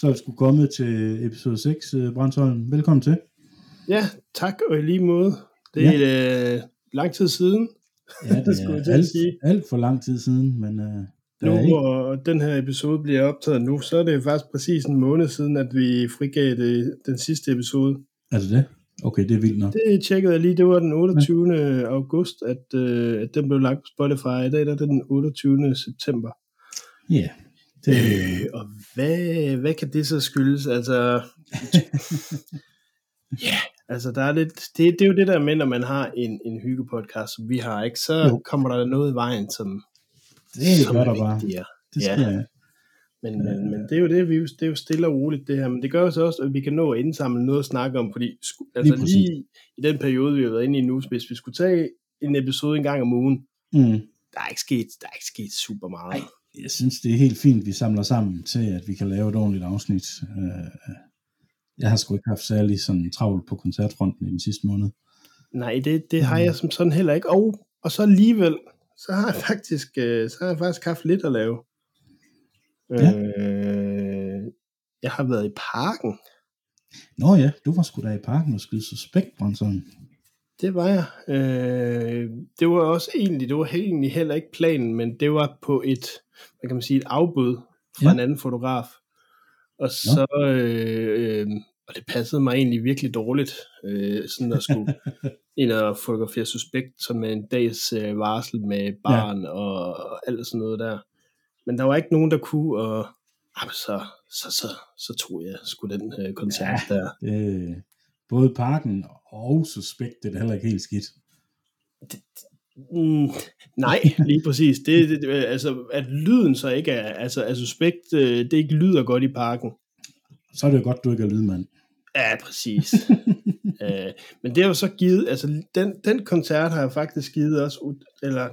Så er vi sgu kommet til episode 6, øh, Brandsholm. Velkommen til. Ja, tak og i lige måde. Det er ja. øh, lang tid siden. Ja, det skulle jeg til at alt, sige. alt for lang tid siden, men øh, der er Nu ikke, hvor den her episode bliver optaget nu, så er det faktisk præcis en måned siden, at vi frigav det, den sidste episode. er det det? Okay, det er vildt nok. Det tjekkede jeg lige, det var den 28. Ja. august, at, øh, at den blev lagt på Spotify. I dag der er det den 28. september. Ja, yeah. det, Øh, og hvad, hvad kan det så skyldes? Altså, ja, altså der er lidt, det, det er jo det der med, når man har en, en hyggepodcast, som vi har, ikke? så Jo. jo. kommer der noget i vejen, som, det som gør er der bare. vigtigere. Det Ja. sker, ja. Men, men, men det er jo det, vi, det er jo stille og roligt det her, men det gør jo så også, at vi kan nå at indsamle noget at snakke om, fordi sku, altså præcis. lige, lige i den periode, vi har været inde i nu, hvis vi skulle tage en episode en gang om ugen, Mm. der er ikke sket, der er ikke sket super meget. Ej. Jeg synes, det er helt fint, vi samler sammen til, at vi kan lave et ordentligt afsnit. Øh, Jeg har sgu ikke haft særlig sådan travlt på koncertfronten i den sidste måned. Nej, det, det Mm. har jeg som sådan heller ikke. Og, og så alligevel, så har jeg faktisk, øh, så har jeg faktisk haft lidt at lave. Ja. Øh, jeg har været i parken. Nå ja, du var sgu da i parken og skyde suspekt, Branson. Det var jeg. Øh, det var også egentlig, det var he- egentlig heller ikke planen, men det var på et, hvad kan man sige, et afbud fra Ja. ja. en anden fotograf. Og så, øh, øh, og det passede mig egentlig virkelig dårligt, øh, sådan at skulle ind og fotografere suspekt, som med en dags øh, varsel med barn ja. og, og alt sådan noget der. Men der var ikke nogen, der kunne, og ah, men så, så, så, så tog jeg sgu den øh, koncert ja. der. Øh, både parken og suspekt, det er da heller ikke helt skidt. Mm, nej, lige præcis. Det, det, det, altså, at lyden så ikke er, altså, er suspekt, øh, det ikke lyder godt i parken. Så er det jo godt, du ikke er lydmand. Ja, præcis. øh, men det har jo så givet, altså, den, den koncert har jeg faktisk givet os, ud- eller,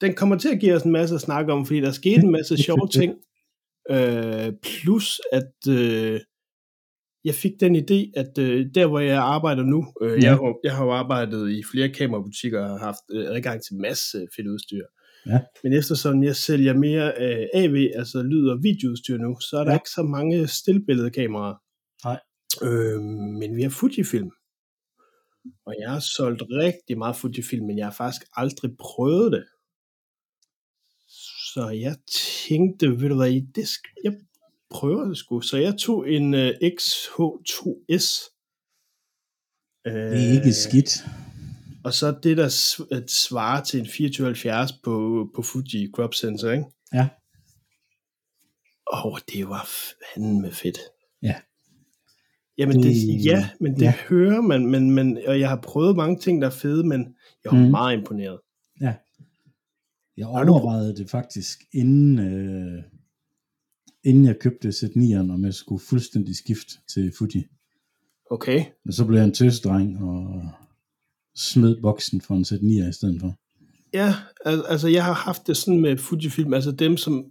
den kommer til at give os en masse at snakke om, fordi der skete en masse sjove ting. Øh, plus, at øh, jeg fik den idé, at øh, der, hvor jeg arbejder nu, øh, Ja. jeg, har- jeg har jo arbejdet i flere kamerabutikker og har haft øh, adgang til masse fedt udstyr. Ja. Men eftersom jeg sælger mere øh, AV, altså lyd- og videoudstyr nu, så er der Ja. ja. ikke så mange stillbilledkameraer. Nej. Øh, men vi har Fujifilm. Og jeg har solgt rigtig meget Fujifilm, men jeg har faktisk aldrig prøvet det. Så jeg tænkte, ved du hvad, det sk- jeg prøver det sgu. Så jeg tog en øh, XH2S. Øh, Det er ikke skidt. Og så det, der s- at svarer til en 2470 på, på Fuji Crop Sensor, ikke? Ja. Åh, oh, det var fandme fedt. Ja. Jamen, det, Det- ja, men det ja. ja. hører man, men, men, og jeg har prøvet mange ting, der er fede, men jeg var Mm. mm. meget imponeret. Jeg Har du- overvejede det faktisk, inden, øh, inden jeg købte Z9'eren, om jeg skulle fuldstændig skifte til Fuji. Okay, Men så blev jeg en tøsdreng og smed boksen for en Z9'er i stedet for. Ja, al- altså jeg har haft det sådan med Fujifilm, altså dem som,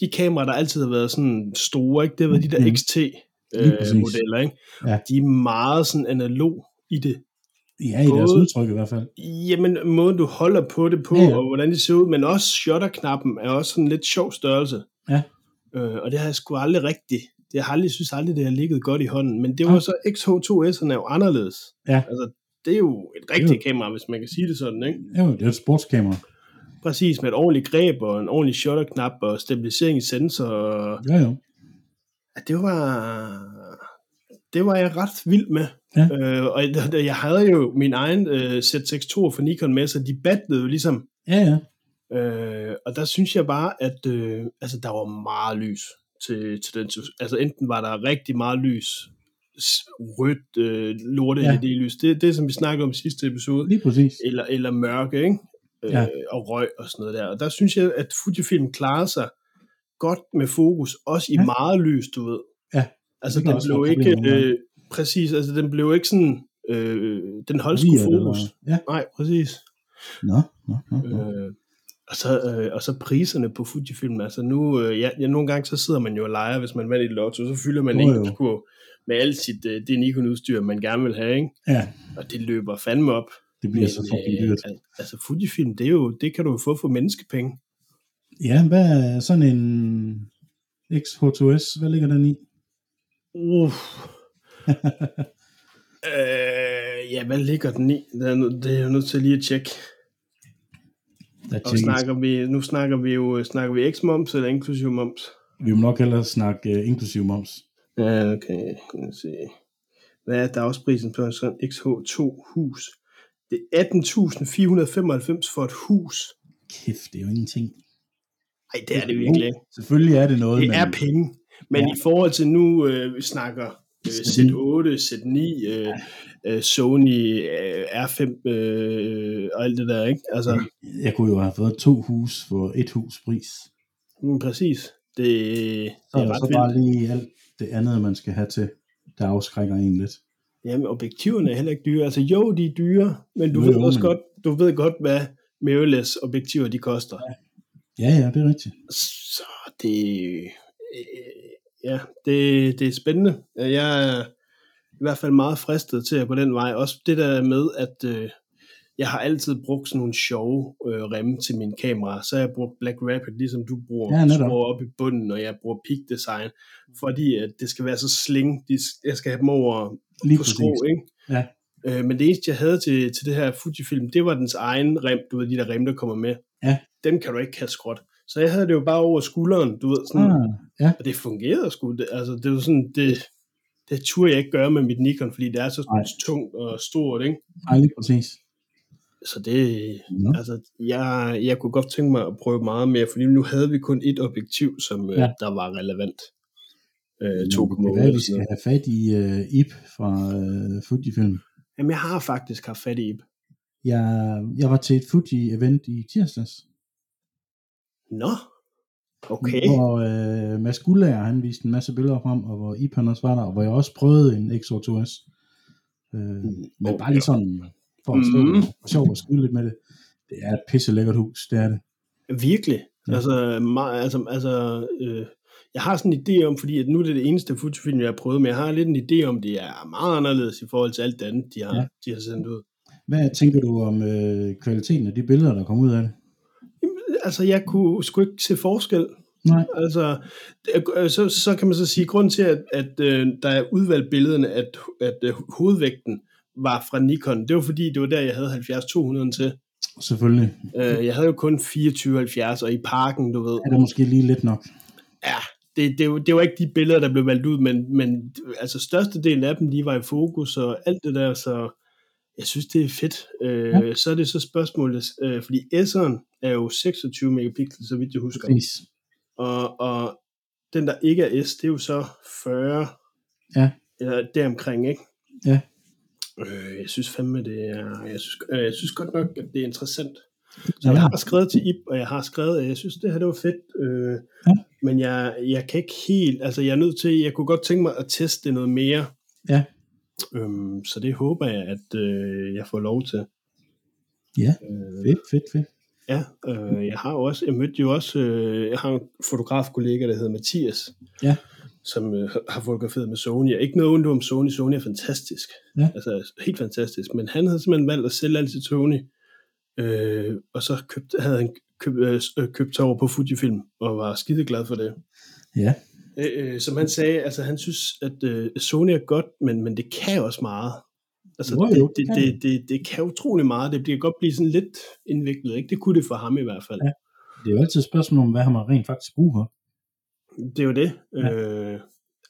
de kameraer, der altid har været sådan store, ikke? det har været de der Mhm. præcis. XT-modeller, ikke? Ja. de er meget sådan analog i det. Ja, i deres Både- udtryk i hvert fald. Jamen, måden du holder på det på, Ja, ja. ja. og hvordan det ser ud, men også shutter-knappen er også sådan en lidt sjov størrelse. Ja. Øh, og det har jeg sgu aldrig rigtigt, det har jeg aldrig, synes aldrig, det har ligget godt i hånden, men det Ja. var så, XH2S'erne er jo anderledes. Ja. Altså, det er jo et er jo- rigtigt kamera, hvis man kan sige det sådan, ikke? Jo, det er et sportskamera. Præcis, med et ordentligt greb og en ordentlig shutterknap og stabilisering i sensor. og- Ja, jo. Ja, det var... Det var jeg ret vild med. Ja. Øh, og jeg, jeg havde jo min egen øh, Z62 for Nikon med, så de battlede jo ligesom. Ja, ja. Øh, og der synes jeg bare, at øh, altså, der var meget lys til, til den. Altså enten var der rigtig meget lys, s- rødt, øh, lorte Ja. ja. det lys. Det er det, som vi snakkede om i sidste episode Lige præcis. eller, eller mørke, ikke? Øh, Ja. ja. og røg og sådan noget der. Og der synes jeg, at Fujifilm klarede sig godt med fokus, også i Ja. ja. meget lys, du ved. Ja, Altså, det kan den også blev være et ikke, problem nogle gange. øh, præcis, altså den blev ikke sådan, øh, den holdt sgu Lige er det, fokus. eller- Ja, Nej, præcis. nå, nå, nå. nå. Øh, og, så, øh, og så priserne på Fujifilm, altså nu, øh, ja, ja, nogle gange så sidder man jo og leger, hvis man vandt i lotto, så fylder man Jo, jo. en kurv med alt sit, øh, det Nikon-udstyr, man gerne vil have, ikke? Ja, og det løber fandme op. det bliver så fucking dyrt. Øh, al- altså Fujifilm, det, er jo, det kan du jo få for menneskepenge. Ja, hvad er sådan en XH2S, hvad ligger den i? Uh. øh, ja, hvad ligger den i? Det er, nu- det er jeg nødt til lige at tjekke. Der Og tjekkes- snakker vi, nu snakker vi jo snakker vi x-moms eller inklusiv moms? Vi må nok hellere snakke uh, inklusiv moms. Ja, okay. Lad os se. Hvad er dagsprisen på en sådan XH2 hus? Det er 18.495 for et hus. Kæft, det er jo ingenting. Uh, Nej, det er det virkelig ikke. Selvfølgelig er det noget, Det men er penge. Men Ja. ja. i forhold til nu, øh, vi snakker øh, Sådan. Z8, Z9, øh, øh, Sony øh, R5 øh, og alt det der, ikke? Altså, jeg kunne jo have fået to hus for et hus pris. mm, præcis. Det, det Så er er der så ret vildt. bare lige alt det andet, man skal have til, der afskrækker en lidt. Jamen, objektiverne er heller ikke dyre. Altså, jo, de er dyre, men du Jo, jo, ved jo, også men- godt, du ved godt, hvad mirrorless objektiver, de koster. Ja, ja, det er rigtigt. Så det, øh, ja, det, det er spændende. Jeg er i hvert fald meget fristet til at gå den vej. Også det der med, at øh, jeg har altid brugt sådan nogle sjove øh, remme til min kamera. Så har jeg brugt Black Rapid, ligesom du bruger Ja, ja, netop. Mm. skruer op i bunden, og jeg bruger Peak Design, fordi at det skal være så sling. De, jeg skal have dem over Lige på præcis. skro, ikke? Ja. Øh, men det eneste, jeg havde til, til det her Fujifilm, det var dens egen rem, du ved, de der rem, der kommer med. Ja. Dem kan du ikke have skråt. Så jeg havde det jo bare over skulderen, du ved, sådan, Ah, og det fungerede sgu. Det, altså, det var sådan, det, det turde jeg ikke gøre med mit Nikon, fordi det er så Nej. tungt og stort, ikke? ej, lige præcis. Så det, Nå. Altså, jeg, jeg kunne godt tænke mig at prøve meget mere, fordi nu havde vi kun et objektiv, som ja. Ja. Mm, øh, der var relevant. Øh, 2,8 Det kan være, eller vi sådan skal noget. have fat i uh, Ip fra uh, Fujifilm. Jamen, jeg har faktisk haft fat i Ib. Jeg, jeg var til et Fuji-event i tirsdags, Nå, okay. hvor uh, Mads Gullager, han viste en masse billeder frem, og hvor Ip han også var der, og hvor jeg også prøvede en XO2S. Uh, men Åh, bare lige sådan, Mm, ja. for at slå, Mhm. for sjov at skyde lidt med det. Det er et pisse lækkert hus, det er det. Virkelig. Ja. Ja. Altså, meget, altså, altså øh, jeg har sådan en idé om, fordi at nu er det det eneste Fujifilm, jeg har prøvet, men jeg har lidt en idé om, det er meget anderledes i forhold til alt det andet, de har, Ja. ja. de har sendt ud. Hvad tænker du om øh, kvaliteten af de billeder, der kom ud af det? Jamen, altså, jeg kunne sgu ikke se forskel. Nej. Altså, det- øh, så, så kan man så sige, grund til, at, at øh, der er udvalgt billederne, at, at øh, hovedvægten var fra Nikon, det var fordi, det var der, jeg havde 70-200 til. Selvfølgelig. Øh, jeg havde jo kun 24-70, og i parken, du ved, Er der måske lige lidt nok? ja, det, det, var- det var ikke de billeder, der blev valgt ud, men, men altså størstedelen af dem, de var i fokus og alt det der, så jeg synes, det er fedt. Øh, ja. Så er det så spørgsmålet, øh, fordi S'eren er jo 26 megapixel, så vidt jeg husker, Præcis. og, og den, der ikke er S, det er jo så 40, Ja. eller deromkring, ikke? Ja. Øh, jeg synes fandme, det er, jeg synes, øh, jeg synes godt nok, at det er interessant. Så Ja, jeg ja. har skrevet til Ip, og jeg har skrevet, at jeg synes, det her det var fedt. Øh, Ja. Men jeg, jeg kan ikke helt, altså jeg er nødt til, jeg kunne godt tænke mig at teste det noget mere. Ja. Øhm, så det håber jeg, at øh, jeg får lov til. Ja. Øh, Fedt, fedt, fedt. Ja, øh, jeg har jo også, jeg mødte jo også, øh, jeg har en fotografkollega, der hedder Mathias, Ja. som øh, har fotograferet med Sony, og ikke noget ondt om Sony, Sony er fantastisk, Ja. altså helt fantastisk, men han havde simpelthen valgt at sælge alt til Sony, øh, og så købte, havde han køb, øh, s- øh, købt sig over på Fujifilm, og var skideglad for det. Ja. Øh, øh, som han sagde, altså han synes, at øh, Sony er godt, men, men det kan også meget. Altså, Jo, jo, det, det det, kan det, det, det kan utrolig meget. Det bliver godt blive sådan lidt indviklet, ikke? Det kunne det for ham i hvert fald. Ja. Det er jo altid et spørgsmål om, hvad har man rent faktisk brug for? Det er jo det. Ja. Ja. Øh,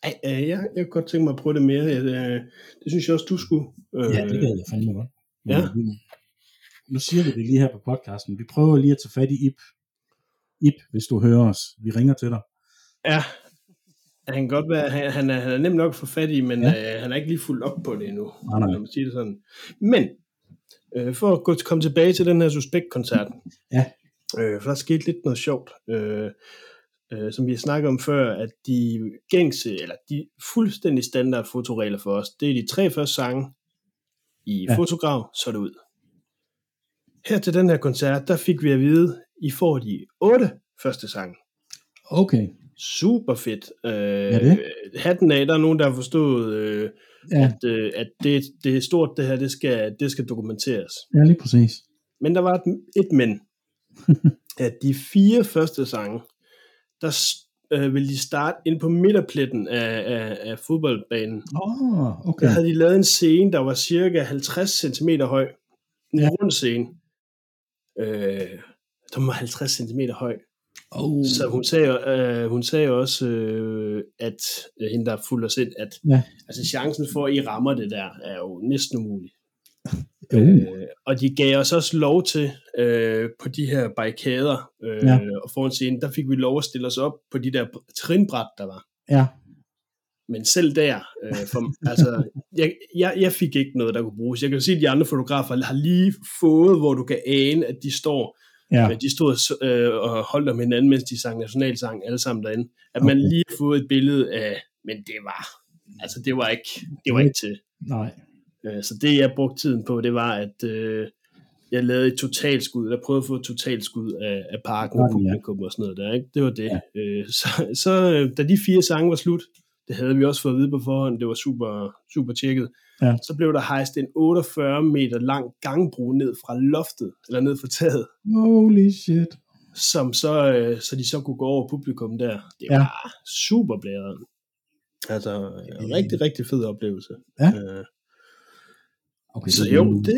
ej, øh, jeg, jeg kunne godt tænke mig at prøve det mere. Jeg, øh, det synes jeg også, du skulle. Øh, Ja, det gad jeg fandme godt. Ja. Nu siger vi det lige her på podcasten. Vi prøver lige at tage fat i Ip. Ip, hvis du hører os. Vi ringer til dig. ja. Han kan godt være, han, han, er, han er nem nok at få fat i, men ja. øh, han er ikke lige fuldt op på det endnu. Nej, nej. Lad mig sige det sådan. Men, øh, for at gå, komme tilbage til den her suspektkoncert. Ja. Øh, for der skete lidt noget sjovt. Øh, øh, som vi har snakket om før, at de gængse, eller de fuldstændig standard fotoregler for os, det er de tre første sange i Ja. ja. fotograv, så er det ud. Her til den her koncert, der fik vi at vide, I får de otte første sange. Okay. Super fedt. Øh, Ja, det. Hatten af, der er nogen, der har forstået, øh, Ja, at, øh, at det, det er stort, det her, det skal, det skal dokumenteres. ja lige præcis. Men der var et, et men. at de fire første sange, der, s- øh, ville de starte ind på midterpletten af, af, af fodboldbanen. Åh, oh, Der okay. havde de lavet en scene, der var cirka 50 cm høj. En Ja. ja. rund scene. Øh, den var 50 cm høj. Oh. Så hun sagde, jo- øh, hun sagde jo også, øh, at øh, hende, der fulgte os ind, at Ja. altså, chancen for, at I rammer det der, er jo næsten umulig. Uh. Øh, og de gav os også lov til, øh, på de her barrikader øh, Ja. ja. og foran scenen, der fik vi lov at stille os op på de der trinbræt, der var. Ja. Men selv der, øh, for, altså, jeg, jeg, jeg fik ikke noget, der kunne bruges. Jeg kan jo sige, at de andre fotografer har lige fået, hvor du kan ane, at de står. Ja. Ja. De stod og s- øh, og holdt om hinanden, mens de sang nationalsang alle sammen derinde. At man Okay. lige har fået et billede af, men det var, altså det var ikke, det var ikke til. Nej. Øh, Så det, jeg brugte tiden på, det var, at øh, jeg lavede et totalskud, eller prøvede at få et totalskud af, af parken og Parken, ja. publikum og sådan noget der. Ikke? Det var det. Ja. Så, så øh, da de fire sange var slut, det havde vi også fået at vide på forhånd, det var super, super tjekket, Ja. så blev der hejst en 48 meter lang gangbro ned fra loftet, eller ned fra taget, Holy shit. som så, øh, så de så kunne gå over publikum der. Det Ja. var ja. super blæret. Altså, øh, rigtig, rigtig fed oplevelse. Ja. Øh, Okay, så det er jo, en- det,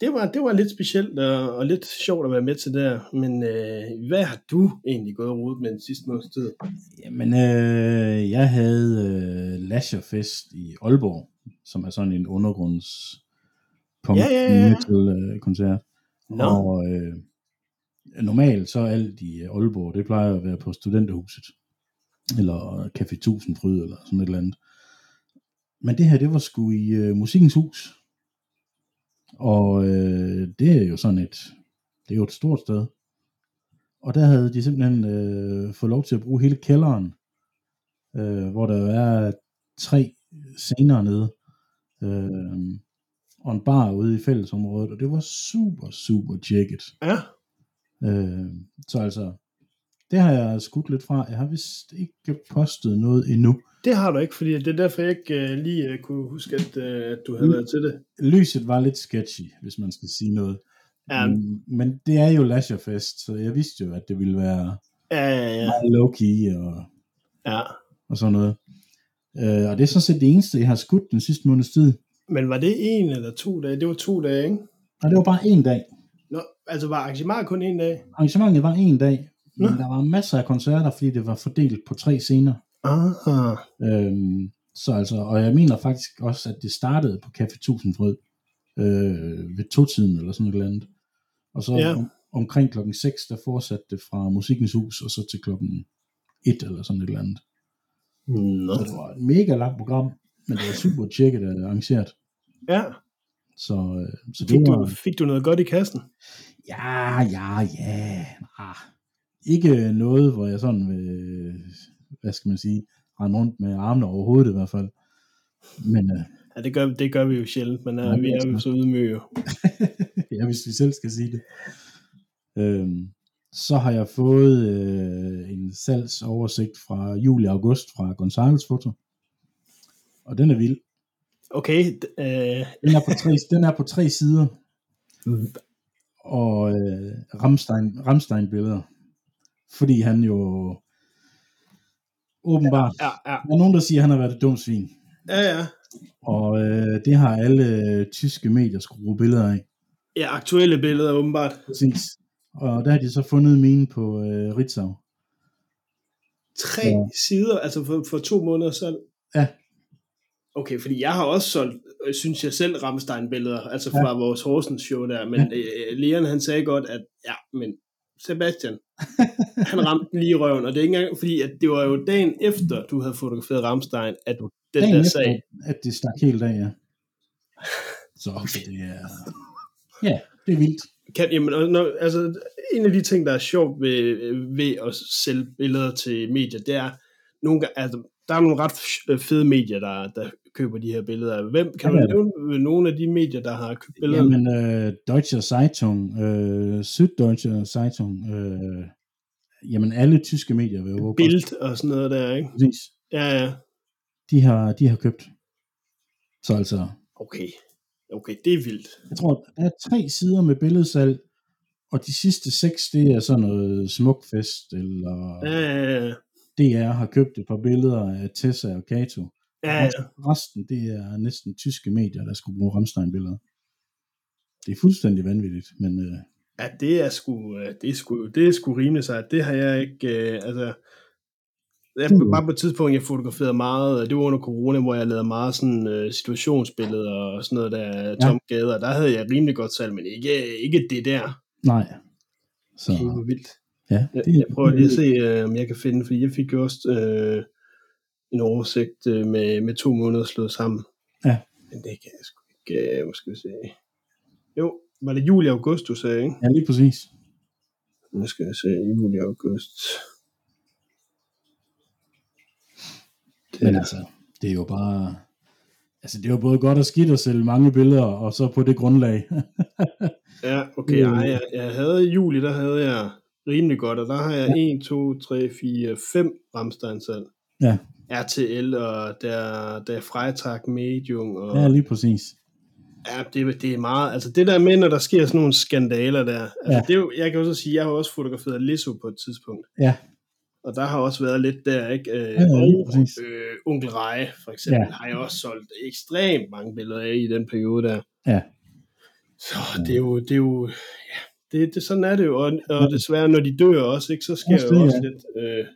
det, var, det var lidt specielt og, og lidt sjovt at være med til der. Men øh, hvad har du egentlig gået og rodet med den sidste måneds tid? Jamen, øh, jeg havde øh, Lasherfest i Aalborg, som er sådan en undergrunds punk Ja, ja, ja. metal øh, koncert. Nå. Og øh, normalt så er alt i øh, Aalborg, det plejer at være på studenterhuset, eller øh, Café 1000 Fryd, eller sådan et eller andet. Men det her, det var sgu i øh, Musikkens Hus. Og øh, det er jo sådan et, det er jo et stort sted. Og der havde de simpelthen øh, fået lov til at bruge hele kælderen, øh, hvor der er tre scener nede, øh, og en bar ude i fællesområdet, og det var super, super tjekket. Ja, Øh, så altså, det har jeg skudt lidt fra. Jeg har vist ikke postet noget endnu. det har du ikke, fordi det er derfor, jeg ikke øh, lige øh, kunne huske, at, øh, at du havde Mm. været til det. Lyset var lidt sketchy, hvis man skal sige noget. Ja, Men, men det er jo Lasherfest, så jeg vidste jo, at det ville være ja, ja, ja. meget low-key og ja. og sådan noget. Øh, og det er sådan set det eneste, jeg har skudt den sidste måneds tid. Men var det en eller to dage? Det var to dage, ikke? Og det var bare en dag. Nå, altså var arrangementet kun en dag? Arrangementet var en dag, men Nå. der var masser af koncerter, fordi det var fordelt på tre scener. Ah, Øhm, så altså, og jeg mener faktisk også, at det startede på Café Tusindfrød øh, ved totiden eller sådan et eller andet. Og så Ja. ja. om, omkring klokken 6, der fortsatte det fra Musikkens Hus, og så til klokken 1 eller sådan et eller andet. nå. Så det var et mega langt program, men det var super tjekket og arrangeret. Ja, Så, øh, så det fik var... du, fik du noget godt i kassen? Ja, ja, ja. Ah. Ikke øh, noget, hvor jeg sådan vil, øh, hvad skal man sige, rende rundt med armene over hovedet i hvert fald. Men øh, Ja, det gør, det gør vi jo sjældent, men Nej, øh, det vi er er jo smart. så ydmyge. jo. ja, hvis vi selv skal sige det. Øhm, så har jeg fået øh, en salgsoversigt fra juli og august fra Gonzales Foto. Og den er vild. Okay, d- øh, Den er på tre, den er på tre sider. og øh, Ramstein, Ramstein billeder. Fordi han jo åbenbart, ja, ja, der er nogen, der siger, at han har været et dumt svin. ja, ja. Og øh, det har alle øh, tyske medier skruet billeder af. Ja, aktuelle billeder åbenbart. Præcis. Og der har de så fundet mine på øh, Ritzau. Tre Ja. ja. sider, altså for, for to måneder selv. Ja. Okay, fordi jeg har også solgt, øh, synes jeg selv, Ramstein-billeder, altså fra ja. vores Horsens show der, men ja. øh, Leon han sagde godt, at ja, men Sebastian, han ramte den lige i røven, og det er ikke engang, fordi at det var jo dagen efter, du havde fotograferet Ramstein, at den Dagen der efter, sag, At det stak helt af, ja. Så okay, det er... Ja, det er vildt. Kan, jamen, og når, altså, en af de ting, der er sjovt ved, ved at sælge billeder til medier, det er, nogle, gange- altså, der er nogle ret f- fede medier, der, der køber de her billeder. Hvem, kan Ja, du det er der. nævne nogle af de medier, der har købt billeder? Jamen, øh, Deutsche Zeitung, øh, Süddeutsche Zeitung, øh, jamen alle tyske medier, vil jeg våge at påstå. Bild og sådan noget der, ikke? Præcis. Ja, ja. de har, de har købt. Så altså, Okay. Okay, det er vildt. jeg tror, der er tre sider med billedsalg, og de sidste seks, det er sådan noget smukfest, eller Ja, ja, ja. DR har købt et par billeder af Tessa og Kato. Ja, ja. Resten, det er næsten tyske medier, der skulle bruge Ramstein-billeder. Det er fuldstændig vanvittigt, men øh, ja, det er sgu, øh, det er sgu, det er sgu rimelig sejt. Det har jeg ikke, øh, altså, jeg, Det er jo- bare på et tidspunkt, jeg fotograferede meget, øh, det var under corona, hvor jeg lavede meget sådan øh, situationsbilleder og sådan noget der, tom gader, der havde jeg rimelig godt salg, men ikke, ikke det der. nej. Så Det var vildt. ja, Jeg, det, jeg prøver lige at se, øh, om jeg kan finde, fordi jeg fik jo også øh, en oversigt øh, med, med to måneder slået sammen. Ja. Men det kan jeg sgu ikke, øh, måske vi se. Jo, var det juli og august, du sagde, ikke? Ja, lige præcis. Nu skal jeg se, juli og august. Det, Men altså, det er jo bare... Altså, det er jo både godt og skidt at sælge mange billeder, og så på det grundlag. ja, okay, det er- ej, jeg, jeg havde i juli, der havde jeg rimelig godt, og der har jeg 1, 2, 3, 4, 5 Ramstein salg. Ja. RTL og der, der Freitag Medium og ja, lige præcis. Ja, det, det er meget. Altså det der med, når der sker sådan nogle skandaler der. Altså, Ja. ja. det er jo, jeg kan jo så sige, at jeg har jo også fotograferet Lizzo på et tidspunkt. Ja. Og der har også været lidt der, ikke? Øh, ja, lige og præcis. øh, Onkel Reje, for eksempel, Ja. ja. har jeg også solgt ekstremt mange billeder af i den periode der. Ja. Så det er jo, det er jo, ja, det, det, sådan er det jo. Og, og desværre, når de dør også, ikke, så sker Også jo det, også ja. lidt. Øh,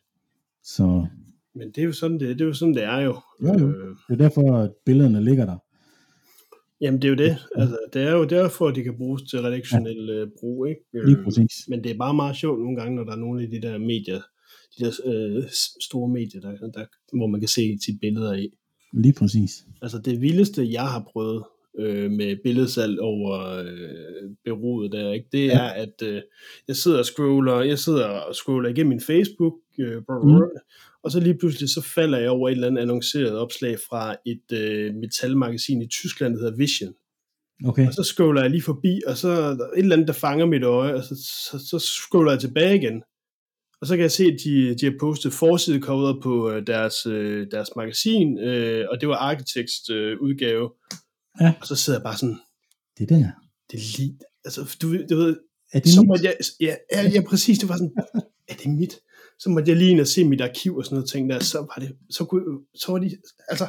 Så men det er jo sådan, det, det er jo sådan, det er jo. Jo, jo. Øh, det er derfor, at billederne ligger der. Jamen det er jo det. Altså, det er jo derfor, at de kan bruges til redaktionel øh, brug. Ikke? Lige Øh, præcis. men det er bare meget sjovt nogle gange, når der er nogle af de der medier, de der øh, s- store medier, der, der, hvor man kan se sit billeder i. Lige præcis. Altså det vildeste, jeg har prøvet øh, med billedsalg over øh, beroet der, ikke? det Ja. er, at øh, jeg sidder og scroller, jeg sidder og scroller igennem min Facebook, øh, brr, Mm. brr, og så lige pludselig så falder jeg over et eller andet annonceret opslag fra et øh, metalmagasin i Tyskland, der hedder Vision. Okay. Og så scroller jeg lige forbi, og så er der et eller andet, der fanger mit øje, og så, så, så scroller jeg tilbage igen. Og så kan jeg se, at de, de har postet forsidecoveret på øh, deres, øh, deres magasin, øh, og det var Architects øh, udgave. Ja. Og så sidder jeg bare sådan, Det der. det er lige... Altså, du, ved- du ved, Er det så mit? måtte jeg, ja, ja, ja, præcis, det var sådan, er det mit? Så måtte jeg lige ind og se mit arkiv og sådan noget ting der, så var det, så, kunne, så var de, altså,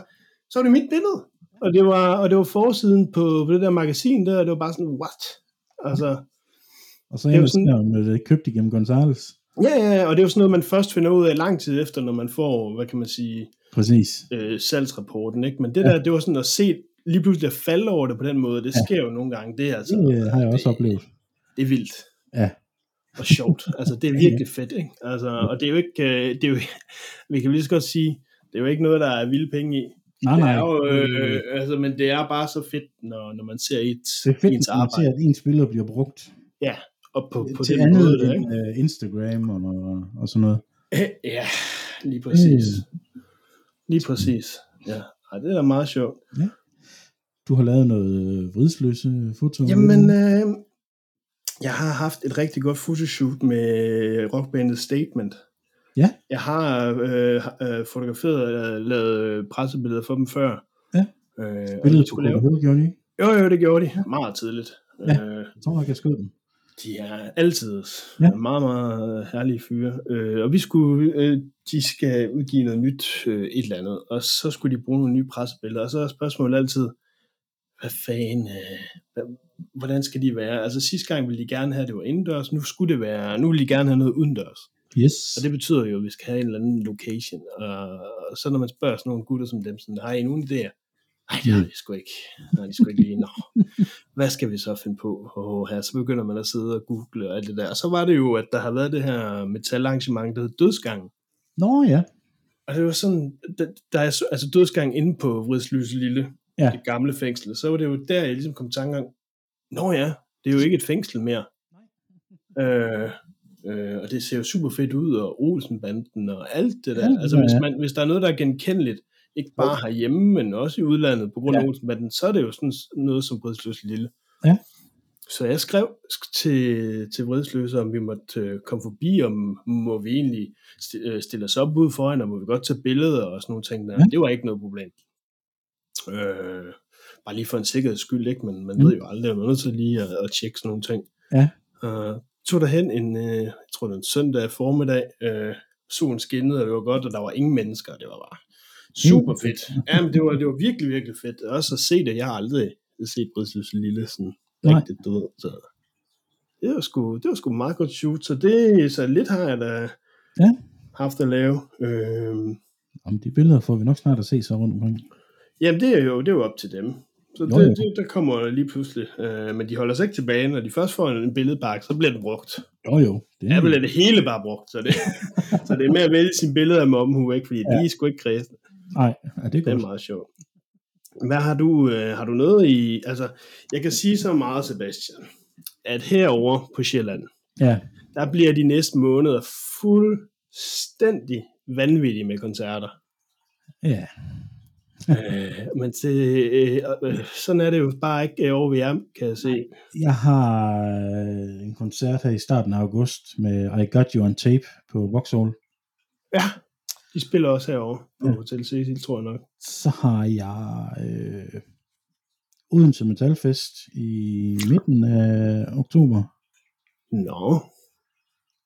så var det mit billede. Og det var, og det var forsiden på, på det der magasin der, og det var bare sådan, what? Altså, Og så det er er jo jeg sådan... om øh, det er købt igennem Gonzales. ja, ja, ja, og det er jo sådan noget, man først finder ud af lang tid efter, når man får, hvad kan man sige, Præcis. øh, salgsrapporten, ikke? Men det der, det var sådan at se, lige pludselig at falde over det på den måde, det sker jo nogle gange, det er altså, Det øh, har jeg også det- oplevet. det er vildt. Ja. Og sjovt. Altså, det er virkelig fedt, ikke? Altså, og det er jo ikke, øh, det er jo, vi kan lige så godt sige, det er jo ikke noget, der er vilde penge i. Nej, det nej. er jo, øh, altså, men det er bare så fedt, når, når man ser et, Det er fedt, ens at man ser, arbejde at ens billeder bliver brugt op på, på til den andet måde, der, end ikke? øh, Instagram og, og sådan noget. Ja, lige præcis. Øh. Lige præcis. Ja, Ej, det er da meget sjovt. Du har lavet noget øh, vridsløse foto. Jamen, øh, Mm. jeg har haft et rigtig godt fotoshoot med rockbandet Statement. Ja. Jeg har øh, har- øh, fotograferet og lavet pressebilleder for dem før. Ja. Øh, og billedet de på skulle lave. Copenhagen, gjorde de ikke? Jo, jo, det gjorde de. Meget tidligt. Ja. Øh, Jeg tror nok, jeg skød den. de er altid Ja. ja. meget, meget herlige fyre. Øh, og vi skulle, øh, de skal udgive noget nyt, øh, et eller andet. Og så skulle de bruge nogle nye pressebilleder. Og så er spørgsmålet altid, hvad fanden, øh, hvad- hvordan skal de være? Altså sidste gang ville de gerne have, at det var indendørs. Nu skulle det være, nu vil de gerne have noget udendørs. Yes. Og det betyder jo, at vi skal have en eller anden location. Og så når man spørger sådan nogle gutter som dem, sådan, har I nogen idéer? Nej, det har vi sgu ikke. Nej, de sgu ikke lige. Nå, hvad skal vi så finde på? Og her, så begynder man at sidde og google og alt det der. Og så var det jo, at der har været det her metalarrangement, der hed Dødsgangen. Nå ja. Og det var sådan, da, da jeg, så- altså dødsgang inde på Vridsløse Lille, Ja. ja. det gamle fængsel, så var det jo der, jeg ligesom kom i tanke om, nå ja, det er jo ikke et fængsel mere. Øh, øh, og det ser jo super fedt ud, og Olsenbanden og alt det der. Ja, Ja, altså ja, hvis, ja. man, hvis der er noget, der er genkendeligt, ikke bare herhjemme, men også i udlandet på grund af Ja. ja. Olsenbanden, så er det jo sådan noget som Vridsløse Lille. Ja. Så jeg skrev sk- til, til Vridsløse, om vi måtte øh, komme forbi, om må vi egentlig st- øh, stille os op ude foran, og må vi godt tage billeder og sådan nogle ting der. Ja. Ja. Det var ikke noget problem. Øh, bare lige for en sikkerheds skyld, ikke? Men man Mm. mm. ved jo aldrig, man er nødt til lige at, at tjekke sådan nogle ting. Ja. Øh, tog derhen en, øh, jeg tror det var en søndag formiddag, øh, solen skinnede, og det var godt, og der var ingen mennesker, og det var bare Mm. super fedt. Jamen, det var, det var virkelig, virkelig fedt. Også at se det, jeg har aldrig set Bridsløs Lille sådan Nej. rigtigt, du ved. Så det var sgu, det var sgu meget godt shoot, så, det, så lidt har jeg da Ja. haft at lave. Øhm, Jamen, de billeder får vi nok snart at se så rundt omkring. Jamen, det er jo, det er jo op til dem. Så Jo, det, jo. det, der kommer lige pludselig. Øh, men de holder sig ikke tilbage. Når de først får en billedpakke, så bliver den brugt. Jo, jo. Det er, Apple er det hele bare brugt, så det, så det er med at vælge sine billeder med omhu, ikke? fordi ja. de er sgu ikke kredsende. Nej, ja, det er Det er godt. meget sjovt. Hvad har du, øh, har du noget i, altså, jeg kan sige så meget, Sebastian, at herover på Sjælland, Ja, der bliver de næste måneder fuldstændig vanvittige med koncerter. ja. Øh, men det, øh, øh, sådan er det jo bare ikke øh, over ved jer, kan jeg se. Jeg har øh, en koncert her i starten af august med I Got You On Tape på Vauxhall. Ja, de spiller også herovre på Ja. Hotel Cecil, tror jeg nok. Så har jeg øh, Odense Metalfest i midten af oktober. Nå,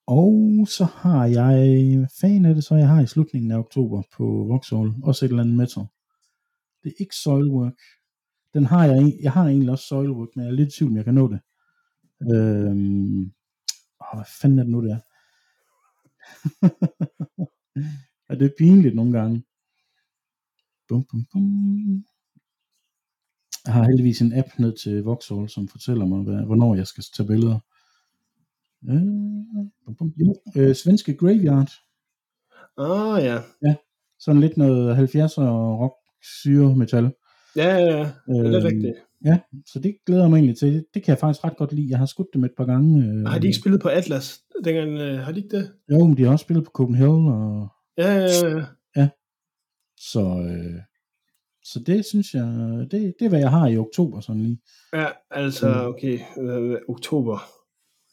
Og så har jeg, hvad fanden er det så, jeg har i slutningen af oktober på Vauxhall, også et eller andet metal. Det er ikke Soilwork. Den har jeg, en- jeg har egentlig også Soilwork, men jeg er lidt i tvivl, om jeg kan nå det. Øhm, åh, hvad fanden er det nu, det er? og det er pinligt nogle gange. Bum, bum, bum. Jeg har heldigvis en app ned til Vauxhall, som fortæller mig, hvad, hvornår jeg skal tage billeder. Øh, bum, bum. Jo, øh, svenske Graveyard. ah ja, Sådan lidt noget 70'er rock, syre, metal. Øhm, ja, ja, ja. det er rigtigt. Så det glæder jeg mig egentlig til. Det kan jeg faktisk ret godt lide. Jeg har skudt dem et par gange. Øh, Har de ikke spillet på Atlas? Dengang, øh, har de ikke det? Jo, men de har også spillet på Copenhagen. Og... Ja, ja, ja, ja. Så, øh, så det synes jeg, det, det er hvad jeg har i oktober sådan lige. ja altså, Mm. okay, øh, oktober.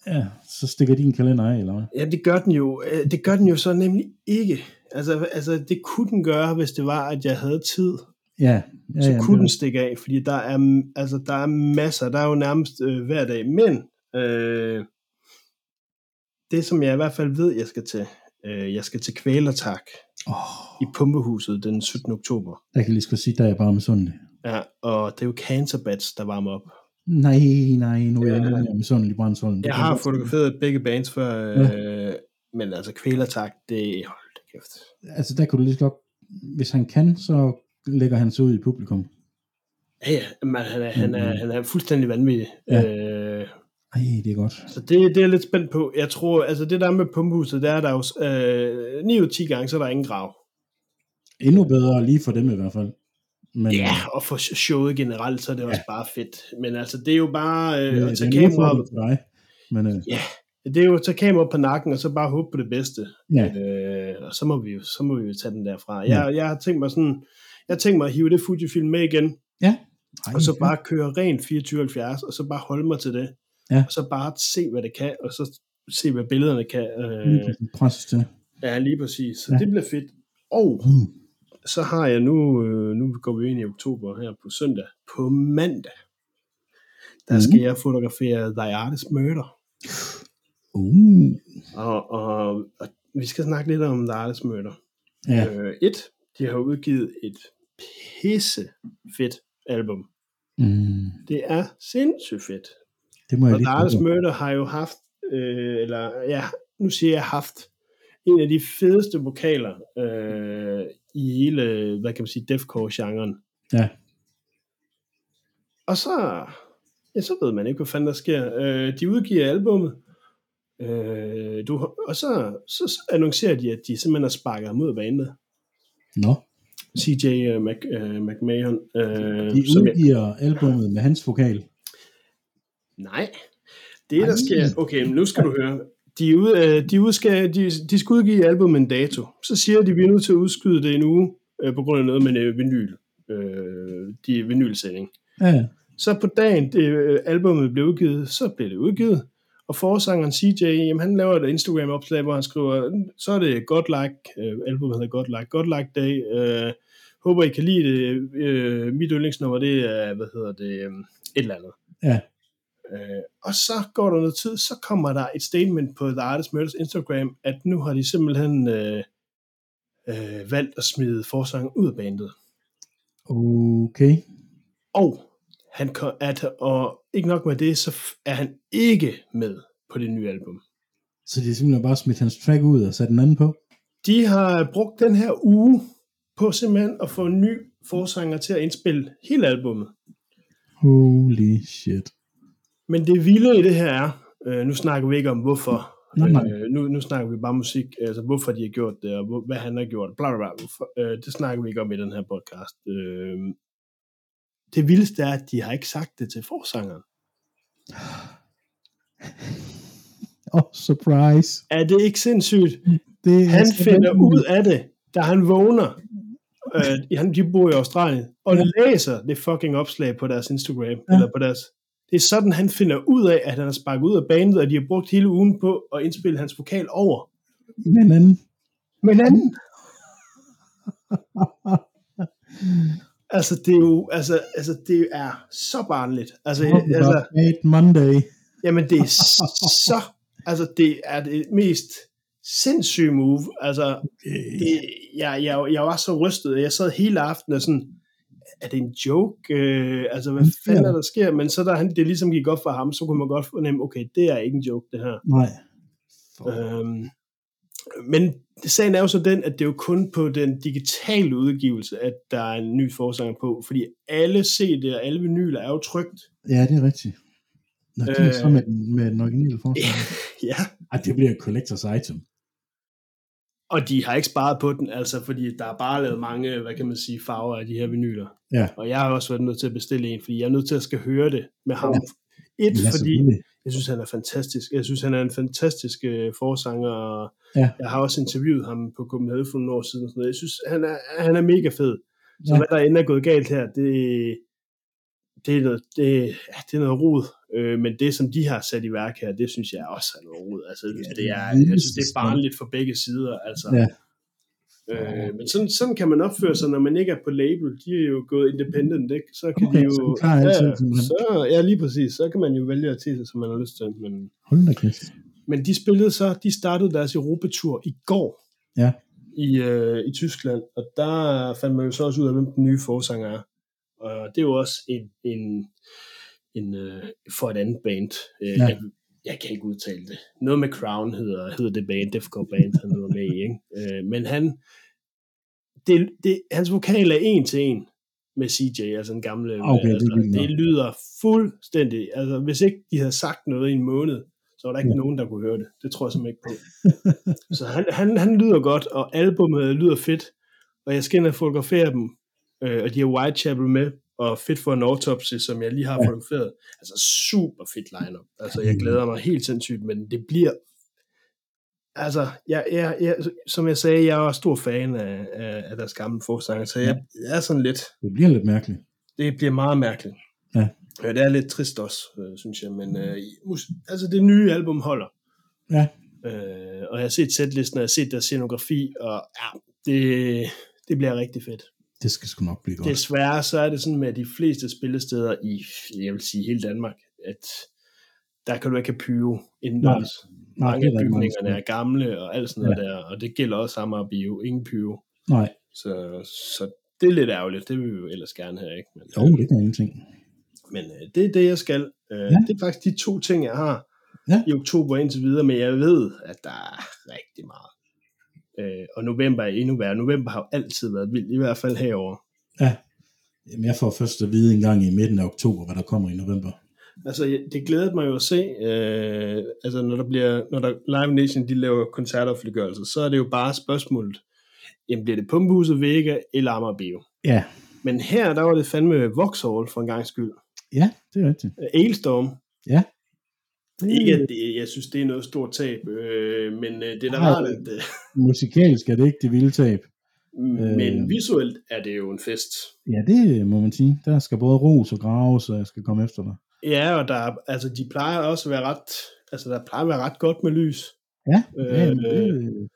Ja, så stikker din kalender af, eller hvad? Ja, det gør den jo, øh, det gør den jo så nemlig ikke. Altså, altså, det kunne den gøre, hvis det var, at jeg havde tid. Ja, ja, så ja, kunne den det, stikke af, fordi der er, altså, der er masser, der er jo nærmest øh, hver dag, men øh, det som jeg i hvert fald ved, jeg skal til, øh, jeg skal til kvælertak åh, i Pumpehuset den 17. oktober, jeg kan lige skal sige, der er jeg bare med sådan ja, og det er jo Cancerbats, der varmer op. Nej, nej, nu er jeg Ja. endnu mere med sådan i Brandsholm. Jeg har fotograferet begge bands før, øh, men altså kvælertak, det hold da kæft. Altså, der kunne du lige så godt, hvis han kan, så lægger han sig ud i publikum. Ja, ja, men han er, han er, han er fuldstændig vanvittig. Ja. Øh, Ej, det er godt. Så det, det er jeg lidt spændt på. Jeg tror, altså det der med pumpehuset, der er der jo øh, 9 ud af 10 gange, så er der ingen grav. Endnu bedre lige for dem i hvert fald. Men, Ja, og for sh- showet generelt, så er det også bare fedt. Men altså, det er jo bare øh, øh, at det er tage en kameraet udfordring for dig. Men øh, det er jo at tage kameraet op på nakken, og så bare håbe på det bedste. ja, Øh, og så må, vi jo, så må vi jo tage den derfra. Jeg, jeg har tænkt mig sådan, jeg har tænkt mig at hive det Fujifilm med igen, Ej, og så bare køre rent 2470, og så bare holde mig til det. Ja. Og så bare se, hvad det kan, og så se, hvad billederne kan. lige Øh, pludselig presses til. ja, lige præcis. Så Ja. ja. det bliver fedt. Og Mm. så har jeg nu, øh, nu går vi ind i oktober her på søndag, på mandag, der Mhm. skal jeg fotografere Thy Artist Murder. Uh, Og, og, og vi skal snakke lidt om Thy Artist Murder. ja, Øh, et, de har udgivet et pisse fedt album. mm, Det er sindssygt fedt. det må jeg Og lige Thy Artist prøve. Murder har jo haft, øh, eller ja, nu siger jeg haft, en af de fedeste vokaler øh, i hele, hvad kan man sige, deathcore-genren. Ja, Og så, ja, så ved man ikke, hvad fanden der sker. Øh, de udgiver albummet, øh, du, og så, så annoncerer de, at de simpelthen har sparket ham ud af bandet. nå. CJ øh, Mc, øh, McMahon. Øh, De som jeg, udgiver albummet med hans vokal. nej, det Ej. der sker... Okay, men nu skal du høre. De, er ude, øh, de, udskæ, de, de skal udgive albumet med en dato. Så siger de, at vi er nødt til at udskyde det en uge, øh, på grund af noget med øh, vinyl. Øh, de vinylsending. Ja, ja. Så på dagen, det, øh, albumet blev udgivet, så blev det udgivet. Og forsangeren CJ, jamen, han laver et Instagram-opslag, hvor han skriver, så er det God Like, øh, albumet hedder God Like, God Like Day. Øh, håber, I kan lide det. Øh, mit yndlingsnummer, det er, hvad hedder det, øh, et eller andet. Ja. Øh, og så går der noget tid, så kommer der et statement på The Artist Murders Instagram, at nu har de simpelthen øh, øh, valgt at smide forsangen ud af bandet. Okay. Og, han, kom- at, og ikke nok med det, så f- er han ikke med på det nye album. Så de har simpelthen bare smidt hans track ud og sat den anden på? De har brugt den her uge på simpelthen at få en ny forsanger til at indspille hele albummet. Holy shit. Men det vilde i det her er, øh, nu snakker vi ikke om hvorfor, Nej, nej. Øh, nu, nu snakker vi bare musik, altså hvorfor de har gjort det, og hvor, hvad han har gjort, bla bla bla, hvorfor, øh, det snakker vi ikke om i den her podcast. Øh, det vildeste er, at de har ikke sagt det til forsangeren. Oh, surprise. Er det ikke sindssygt? Det er altså Han så finder vanvittigt. ud af det, da han vågner. Øh, han, de bor i Australien, og Ja. læser det fucking opslag på deres Instagram, ja. eller på deres... Det er sådan, han finder ud af, at han har sparket ud af banen, og de har brugt hele ugen på at indspille hans vokal over. med en anden. Men anden. altså, det er jo, altså, altså, det er så barnligt. Altså, Talk altså, about Mad Monday. jamen, det er så, altså, det er det mest sindssyge move. Altså, Okay. det, jeg, jeg, jeg var så rystet, jeg sad hele aftenen og sådan, er det en joke? Øh, altså, hvad fanden er der sker? Men så da han, det ligesom gik op for ham, så kunne man godt fornemme, okay, det er ikke en joke, det her. Nej. Øhm, men sagen er jo så den, at det er jo kun på den digitale udgivelse, at der er en ny forsanger på, fordi alle CD'er og alle vinyler er jo trygt. Ja, det er rigtigt. Nå, det er Øh. så med den, med den originale forskel. Ja. Ej, det bliver et collector's item. Og de har ikke sparet på den, altså fordi der er bare lavet mange, hvad kan man sige, farver af de her vinyler. Ja. Og jeg har også været nødt til at bestille en, fordi jeg er nødt til at skal høre det med ham. Et, Ja, fordi selvfølgelig. jeg synes, han er fantastisk. Jeg synes, han er en fantastisk øh, forsanger, og Ja. jeg har også interviewet ham på Copenhagen for nogle år siden. Og sådan noget. Jeg synes, han er, han er mega fed. Så Ja. ja. hvad der end er gået galt her, det, det, er, noget, det, ja, det er noget rod. Øh, men det, som de har sat i værk her, det synes jeg også er noget rod. Altså, jeg synes, Ja, det det er, er jeg synes, det er vildeste barnligt for begge sider. Altså. Ja. Øh, men sådan, sådan kan man opføre sig, når man ikke er på label. De er jo gået independent, ikke? Så kan Okay, de jo... så de klarer altid, ja, simpelthen. så, ja, lige præcis. Så kan man jo vælge at tage sig, som man har lyst til. Men, Hold da kæft. men de spillede så... De startede deres Europatur i går. Ja. I, øh, I Tyskland. Og der fandt man jo så også ud af, hvem den nye forsanger er. Og det er jo også en... en, en øh, for et andet band. Øh, Ja. jeg, jeg kan ikke udtale det. Noget med Crown hedder, hedder det band, Defcon Band, han hedder med i, ikke? Øh, men han, det, det, hans vokal er en til en med CJ, altså den gamle. Okay, det er altså, vildt nok. det lyder fuldstændig. Altså, hvis ikke de havde sagt noget i en måned, så var der ikke ja. nogen, der kunne høre det. Det tror jeg simpelthen ikke på. så han, han, han lyder godt, og albummet lyder fedt, og jeg skal ind og fotografere dem, øh, og de har Whitechapel med, og Fit for en Autopsy, som jeg lige har ja. fotograferet. Altså super fedt lineup. Altså Mm. jeg glæder mig helt sindssygt, men det bliver altså, jeg, jeg, jeg, som jeg sagde, jeg er stor fan af, af, af deres gamle forsanger, så jeg, jeg er sådan lidt, Det bliver lidt mærkeligt. det bliver meget mærkeligt. Ja. Ja, det er lidt trist også, øh, synes jeg, men øh, mus- altså det nye album holder. Ja. Øh, og jeg har set setlisten, og jeg har set deres scenografi, og ja, det, det bliver rigtig fedt. Det skal sgu nok blive godt. Desværre så er det sådan med at de fleste spillesteder i, jeg vil sige, hele Danmark, at der kan du ikke have pyro indendørs. Nej, det Mange af er der ikke mange bygningerne er gamle og alt sådan noget der, og det gælder også Amager Bio, ingen pyro. Nej, Så, så det er lidt ærgerligt, det vil vi jo ellers gerne have, ikke? Men, øh, jo, det er ingenting. men øh, det er det, jeg skal. Øh, ja. Det er faktisk de to ting, jeg har Ja. i oktober indtil videre, men jeg ved, at der er rigtig meget. Øh, og november er endnu værre. November har jo altid været vild, i hvert fald herover. Jamen, jeg får først at vide en gang i midten af oktober, hvad der kommer i november. Altså, jeg- det glæder mig jo at se, øh, altså når der bliver, når der Live Nation, de laver koncertopfliggørelser, så er det jo bare spørgsmålet, jamen bliver det Pumpehuset Vega eller Amager Bio? Ja, Men her, der var det fandme Vauxhall for en gang skyld. ja det er rigtigt. Øh, Aelstorm. Ja. Mm. Ikke, at det, jeg synes, det er noget stort tab, øh, men øh, det er da Nej. rart, at, øh, Musikalsk er det ikke det vilde tab. Øh. men visuelt er det jo en fest. Ja, det må man sige. Der skal både ros og graves, og jeg skal komme efter dig. Ja, og der, er- altså, de plejer også at være ret, altså der plejer at være ret godt med lys. Ja, Øh, ja men det,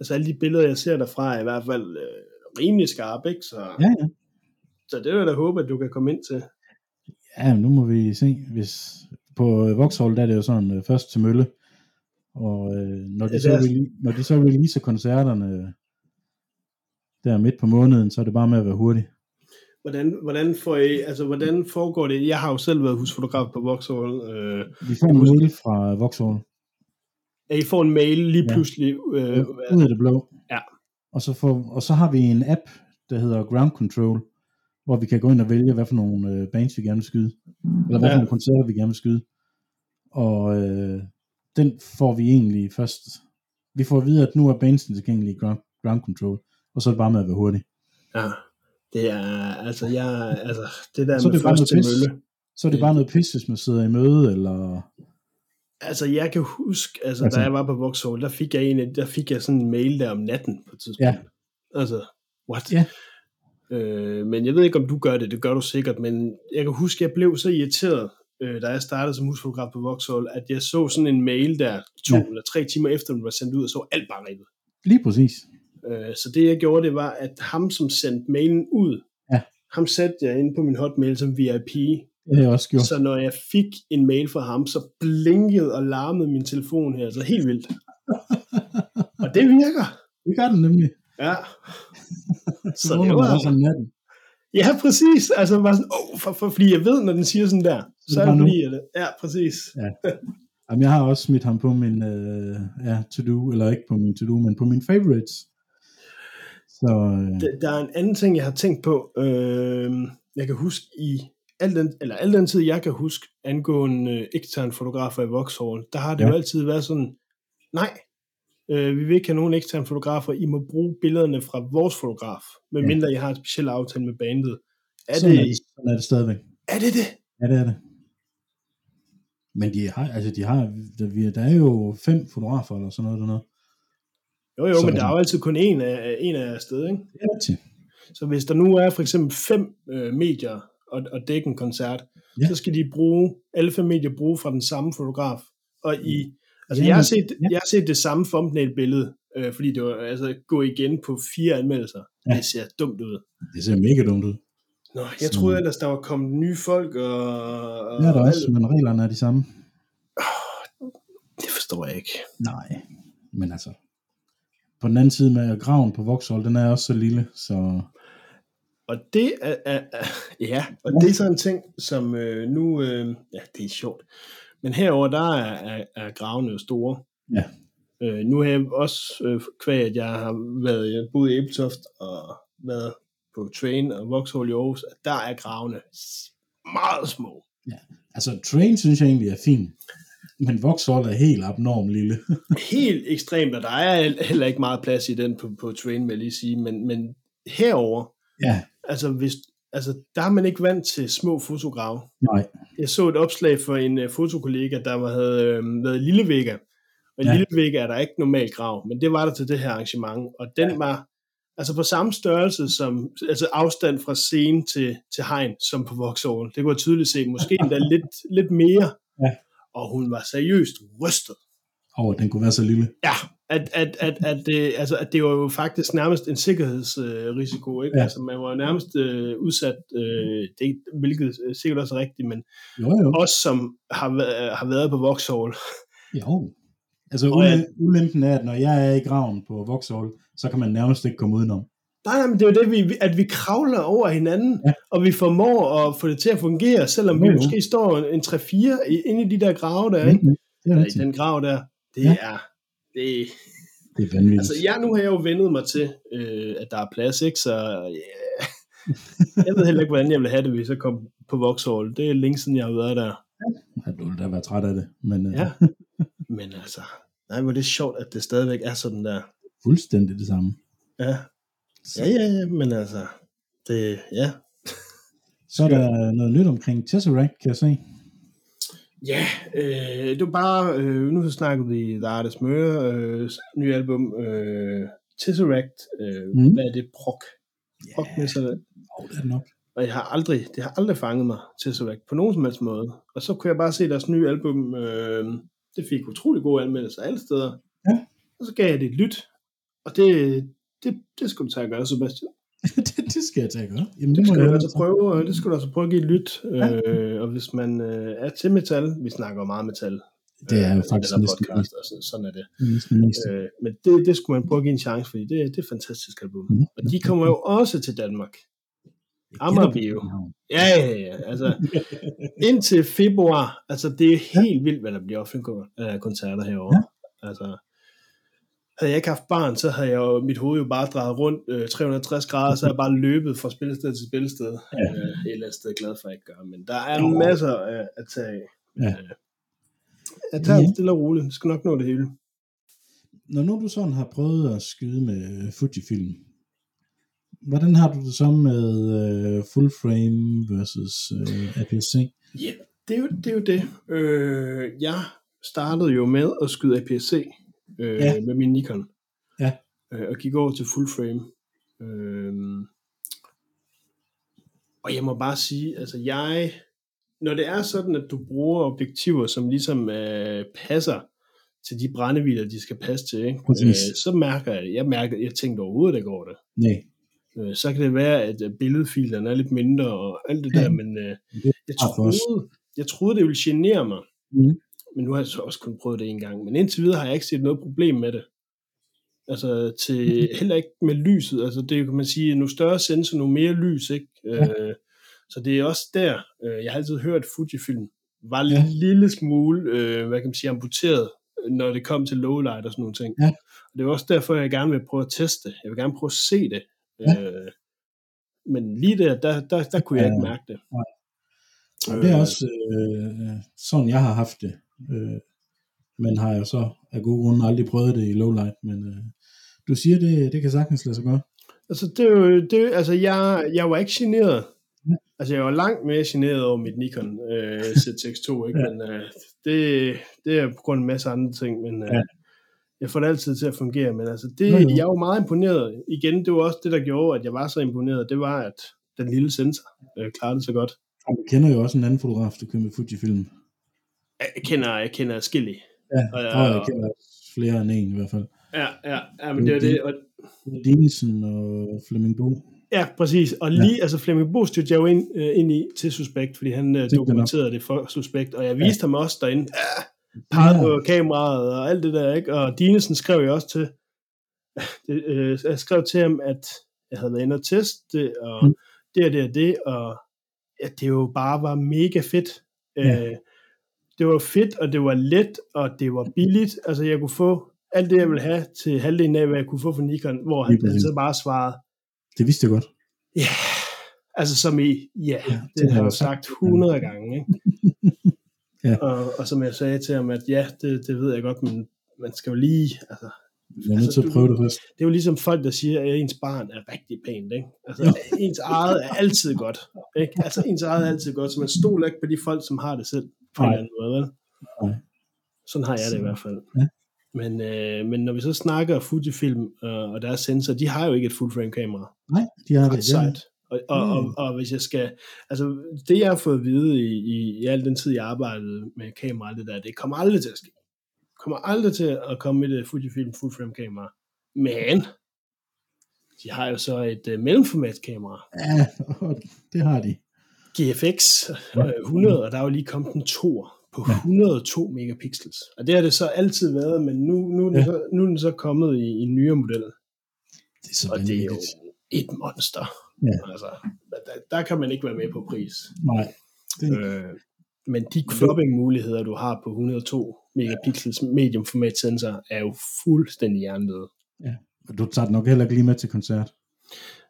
altså alle de billeder, jeg ser derfra, er i hvert fald øh, rimelig skarpe, ikke? Så, ja, ja. så det vil jeg da håbe, at du kan komme ind til. ja men nu må vi se, hvis på øh, Vauxhall, der er det jo sådan øh, først til mølle, og øh, når, de Ja, så det er- rele- når de så releaser koncerterne øh, der midt på måneden, så er det bare med at være hurtig. Hvordan, hvordan, får I, altså, hvordan foregår det? Jeg har jo selv været husfotograf på Vauxhall. Øh, Vi får en mail fra øh, Vauxhall, at I får en mail lige Ja. pludselig. Øh, øh, hvad- ud af det blå. Ja. Og så, får, og så har vi en app, der hedder Ground Control, hvor vi kan gå ind og vælge, hvad for nogle øh, bands vi gerne vil skyde, eller hvad for Ja. nogle koncerter vi gerne vil skyde. Og øh, den får vi egentlig først, vi får at vide, at nu er bandsen tilgængelig i ground, ground Control, og så er det bare med at være hurtig. ja, det er, altså, jeg, altså, det der Så er med det bare først noget til pis. mølle. Så er det Øh. bare noget pis, hvis man sidder i møde, eller... Altså, jeg kan huske, altså, Altså- da jeg var på Vauxhall, der fik jeg, en, af- der fik jeg sådan en mail der om natten på et tidspunkt. Ja. Altså, what? Ja. Øh, men jeg ved ikke, om du gør det, det gør du sikkert, men jeg kan huske, jeg blev så irriteret, øh, da jeg startede som husfotograf på Vauxhall, at jeg så sådan en mail der to Ja. ja. eller tre timer efter, den var sendt ud, og så alt bare ribbet. Lige præcis. Øh, så det jeg gjorde, det var, at ham, som sendte mailen ud, Ja. ham satte jeg inde på min hotmail som VIP, Det har jeg også gjort. så når jeg fik en mail fra ham, så blinkede og larmede min telefon her, så helt vildt. og det virker. Det gør den nemlig. Ja. Så Så det vågner man også var... om natten. Ja, præcis. Altså bare sådan, oh, for, for, fordi jeg ved, når den siger sådan der, så det er bare det nu. fordi, jeg det. Ja, præcis. Jamen, jeg har også smidt ham på min øh, ja, to-do, eller ikke på min to-do, men på min favorites. Så øh, Der, der er en anden ting, jeg har tænkt på. Øh, jeg kan huske i al den, eller al den tid, jeg kan huske, angående øh, eksterne fotografer i Vauxhall, der har det Ja. ja. jo altid været sådan, nej, øh, vi vil ikke have nogen eksterne fotografer, I må bruge billederne fra vores fotograf, medmindre ja. I har en speciel aftale med bandet. Er sådan, er det, det, sådan er det stadigvæk. er det det? Ja, det er det. Men de har, altså de har, der, vi- der er jo fem fotografer eller sådan noget dernede. Jo jo, Så- så, men der er jo altid kun en af, en af afsted, ikke? Det er rigtigt. Så hvis der nu er for eksempel fem øh, medier og, og dække en koncert, Ja. ja. så skal de bruge, alle fem medier bruge fra den samme fotograf. Og i, altså Ja, ja, jeg, har men- set, ja. ja. jeg har set det samme thumbnail-billede, øh, fordi det var altså gå igen på fire anmeldelser. Ja. Ja. Det ser dumt ud. Det ser mega dumt ud. Nå, jeg Så- troede ellers, der var kommet nye folk, og, og Det er der også, alt- men reglerne er de samme. det forstår jeg ikke. Nej, men altså, på den anden side med graven på Vauxhall, den er også så lille, så Og det er, er, er ja, og det er sådan en ting, som øh, nu, øh, ja, det er sjovt. Men herover der er, er, er gravene jo store. Ja. Øh, nu har jeg også, øh, kvæg at jeg har været, jeg boet i Ebeltoft og været på Train og Vauxhall i Aarhus, at der er gravene s- meget små. altså Train synes jeg egentlig er fin, men Vauxhall er helt abnorm lille. Helt ekstremt, og der er heller ikke meget plads i den på, på Train, vil jeg lige sige, men, men herover, ja, altså, hvis, altså der er man ikke vant til små fotograve. nej, Jeg så et opslag for en øh, fotokollega, der var- havde øh, været i Lillevega. Og i Ja. ja. Lillevega er der ikke normal grav, men det var der til det her arrangement. Og den Ja. ja. var altså på samme størrelse som, altså afstand fra scene til, til hegn, som på Vauxhall. Det kunne jeg tydeligt se. Måske endda lidt, lidt mere. Ja. Og hun var seriøst rystet. over at den kunne være så lille. Ja, at, at, at, at, det, altså, at det var jo faktisk nærmest en sikkerhedsrisiko. Ikke? Ja. Ja. Altså, man var jo nærmest øh, udsat, øh, det, hvilket øh, sikkert også er rigtigt, men Jo, jo. os, som har, væ- øh, har været på Vauxhall. Jo. Altså Og at- ulem- ulempen er, at når jeg er i graven på Vauxhall, så kan man nærmest ikke komme udenom. Nej, nej, men det er jo det, vi, at vi kravler over hinanden, Ja. ja. og vi formår at få det til at fungere, selvom Jo, vi jo. måske står en, en 3-4 i- inde i de der grave der, ikke? Mhm. Det er Eller i rigtigt. den grav der. Det Ja. ja. er... Det, Det er vanvittigt. altså, jeg, nu har jeg jo vendet mig til, øh, at der er plads, ikke? Så yeah. jeg ved heller ikke, hvordan jeg ville have det, hvis jeg kom på Vauxhall. Det er længe siden, jeg har været der. ja, du ville da være træt af det, men øh, ja. Ja. Men altså, nej, hvor er det sjovt, at det stadigvæk er sådan der. fuldstændig det samme. Ja, Så, ja, ja, ja men altså, det, ja, så er der noget nyt omkring Tesseract, kan jeg se. Ja, øh, det var bare, øh, nu snakkede vi The Artist Møre, øh, nye album, øh, Tesseract, øh, Mm. mm. hvad er det, prok? Ja, prok med sig, jo, det er det nok. og jeg har aldrig, det har aldrig fanget mig, Tesseract, på nogen som helst måde. Og så kunne jeg bare se deres nye album, øh, det fik utrolig gode anmeldelser alle steder. Ja. Og så gav jeg det et lyt, og det, det, det skulle du tage at gøre, Sebastian. det, det skal jeg tage gøre. Jamen, Det må skal, jeg du altså. altså prøve, øh, det skal du altså prøve at give et lyt. Øh, og hvis man øh, er til metal, vi snakker jo meget metal. Det er jo i faktisk den her næsten podcast, og sådan, sådan er det. næsten mest. Øh, men det, det skulle man prøve at give en chance, fordi det, det er et fantastisk album. Mhm. Og de kommer jo også til Danmark. Jeg Amager gætter Bio. på København. Ja, ja, ja. Altså, indtil februar, altså det er helt vildt, hvad der bliver offentliggjort af koncerter herovre. Ja. Altså, havde jeg ikke haft barn, så havde jeg jo, mit hoved jo bare drejet rundt øh, 360 grader, så havde jeg bare løbet fra spillested til spillested. Ja. Øh, et eller andet sted glad for, at jeg ikke gør, men der er Jo. masser af, at tage af. Ja. Øh, jeg tager Ja. det stille og roligt. Vi skal nok nå det hele. Når nu du sådan har prøvet at skyde med øh, Fujifilm, hvordan har du det så med øh, full frame versus øh, APS-C? Ja, det er jo det. Er jo det. Øh, jeg startede jo med at skyde APS-C øh, Ja. ja. med min Nikon. Ja. Øh, og gik over til full frame. Øh, og jeg må bare sige, altså jeg, når det er sådan, at du bruger objektiver, som ligesom øh, passer til de brændeviler, de skal passe til, ikke? Øh, Præcis. så mærker jeg det. Jeg, mærker, jeg tænkte overhovedet ikke over det. Nej, Øh, så kan det være, at øh, billedfilerne er lidt mindre og alt det der, Ja. men øh, Det jeg, klart for os. troede, jeg troede, det ville genere mig. Mhm. Men nu har jeg så også kun prøvet det en gang. Men indtil videre har jeg ikke set noget problem med det. Altså til, heller ikke med lyset. Altså det kan man sige, nu større sensor, nu mere lys, ikke? Ja. Øh, så det er også der, øh, jeg har altid hørt Fujifilm var en Ja. lille smule, øh, hvad kan man sige, amputeret, øh, når det kom til lowlight og sådan nogle ting. Ja. Og det er også derfor, jeg gerne vil prøve at teste det. Jeg vil gerne prøve at se det. Ja. Øh, men lige der, der, der, der kunne jeg Ja. ikke mærke det. Nej. Øh, det er også øh, sådan, jeg har haft det. Øh, men har jeg så af gode grunde aldrig prøvet det i lowlight. Men øh, du siger, det, det kan sagtens lade sig gøre. Altså, det, er jo- det, er jo- altså jeg, jeg var ikke generet. Ja. Altså, jeg var langt mere generet over mit Nikon øh, ZX2, ikke? Ja. Ja. men øh, det, det er på grund af en masse andre ting, men øh, Ja. ja. jeg får det altid til at fungere, men altså, det, Nå, jo. jeg var meget imponeret. Igen, det var også det, der gjorde, at jeg var så imponeret, det var, at den lille sensor øh, klarede det så godt. Og du kender jo også en anden fotograf, der kører med Fujifilm. Jeg kender, jeg kender skille. Ja, Og jeg- og jeg kender flere end en i hvert fald. Ja, ja, ja, men det var det, og Dinesen og Flemming Bo. Ja, præcis. Og lige, ja. altså Flemming Bo stødte jeg jo ind, øh, ind i til Suspekt, fordi han øh, det nok. dokumenterede det for Suspekt, og jeg Ja. viste ja. ham også derinde, ah, pegede Ja. ja. på kameraet og alt det der, ikke? Og Dinesen skrev jeg også til, det, øh, jeg skrev til ham, at jeg havde været inde og teste, og Mm. mm. det og det og det, og at det jo bare var mega fedt. Ja. Ja. Øh, det var fedt, og det var let, og det var billigt. Altså, jeg kunne få alt det, jeg ville have til halvdelen af, hvad jeg kunne få fra Nikon, hvor Lige han, han præcis. så bare svarede, Det vidste jeg godt. Ja, altså som i, ja, Ja, det det har har jeg jo jeg sagt 100 gange, ikke? Ja. og, og som jeg sagde til ham, at ja, det, det ved jeg godt, men man skal jo lige, altså, Jeg er nødt Altså, til at du- prøve det først. det er jo ligesom folk, der siger, at ens barn er rigtig pænt, ikke? Altså, Jo. ens eget er altid godt, ikke? Altså, ens eget er altid godt, så man stoler ikke på de folk, som har det selv, på en Nej. eller anden måde, vel? Nej. Sådan har jeg Så- det i hvert fald. ja. Men, øh, men når vi så snakker Fujifilm øh, og deres sensor, de har jo ikke et full-frame kamera Nej, de har det. ret sejt. Og, og, Mm. og, og hvis jeg skal, altså det jeg har fået at vide i, i, i al den tid, jeg arbejdede med kamera og alt det der, det kommer aldrig til at ske. kommer aldrig til at komme med det Fujifilm full frame kamera. Men, de har jo så et uh, mellemformat kamera, Ja, og det har de. GFX øh, 100, og der er jo lige kommet en tor på 102 megapixels. Og det har det så altid været, men nu, nu, er, den Ja. så, nu er den så kommet i, i en nyere model. Det er så Og det er jo vanvittigt. et monster. Ja. Altså, der, der kan man ikke være med på pris. Nej, det er Øh, men de cropping-muligheder, du har på 102 megapixels mediumformat sensor, er jo fuldstændig hjernedøde. Og Du tager den nok heller ikke lige med til koncert.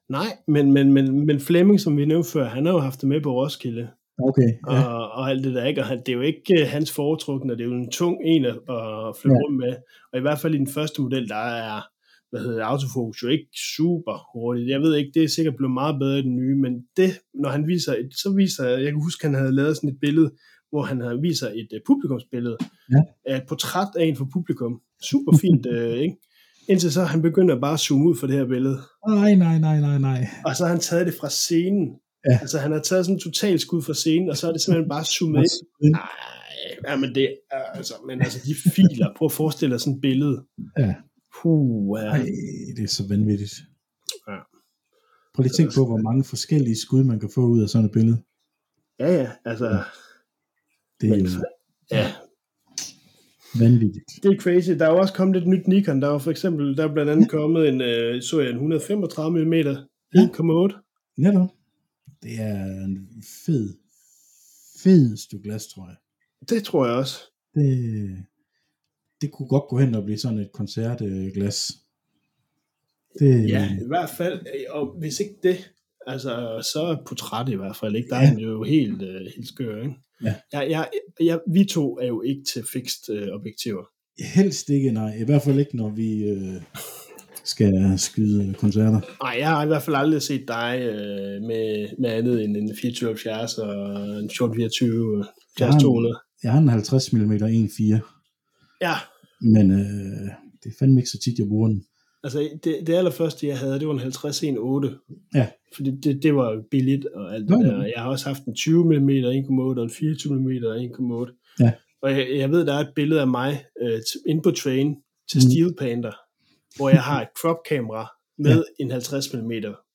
Nej, men, men, men, men Flemming, som vi nævnte før, han har jo haft det med på Roskilde, Okay, og, ja. og alt det der, ikke? Og han, det er jo ikke øh, hans foretrukne, og det er jo en tung en at, at flytte Ja. rundt med. Og i hvert fald i den første model, der er hvad hedder det, autofokus jo ikke super hurtigt. Jeg ved ikke, det er sikkert blevet meget bedre i den nye, men det, når han viser, et, så viser jeg, jeg kan huske, han havde lavet sådan et billede, hvor han havde, viser et uh, publikumsbillede, Ja. af et portræt af en for publikum. Super fint, uh, ikke? Indtil så han begynder bare at zoome ud for det her billede. Nej, nej, nej, nej, nej. Og så har han taget det fra scenen. Ja. Altså han har taget sådan en total skud fra scenen, og så er det simpelthen bare zoomet ind. Ej, ja, men det er, altså, men altså de filer, prøv at forestille dig sådan et billede. Ja. Puh, ja. Nej, det er så vanvittigt. Prøv lige at tænke på, hvor mange forskellige skud, man kan få ud af sådan et billede. Ja, ja, altså, Det er Men- jo ja, vanvittigt. det er crazy. Der er jo også kommet et nyt Nikon. Der var for eksempel, der er blandt andet kommet en, øh, så jeg, en 135 mm 1,8. Netop. Det er en fed, fed stykke glas, tror jeg. Det tror jeg også. Det, det kunne godt gå hen og blive sådan et koncertglas. Det, Ja, i hvert fald. øh, Og hvis ikke det, altså, så er portræt i hvert fald ikke. Der er Ja. den jo helt, øh, helt skør, ikke? Ja. Jeg, jeg, jeg, vi to er jo ikke til fikst øh, objektiver. Helst ikke, nej. I hvert fald ikke, når vi øh, skal skyde koncerter. Nej, jeg har i hvert fald aldrig set dig øh, med, med andet end en 2470 og en øh, 1424 Ja. 200. Jeg har en 50 mm 1.4, Ja, men øh, det er fandme ikke så tit, jeg bruger den. altså det, det allerførste, jeg havde, det var en 50 18. Ja. Fordi det, det var jo billigt og alt det Nå, ja. der. Og Jeg har også haft en 20 mm 1,8 og en 24 mm 1,8. Ja. Og jeg, jeg ved, der er et billede af mig øh, t- inde på train til Mm. Steel Panther, hvor jeg har et crop-kamera med en 50 mm,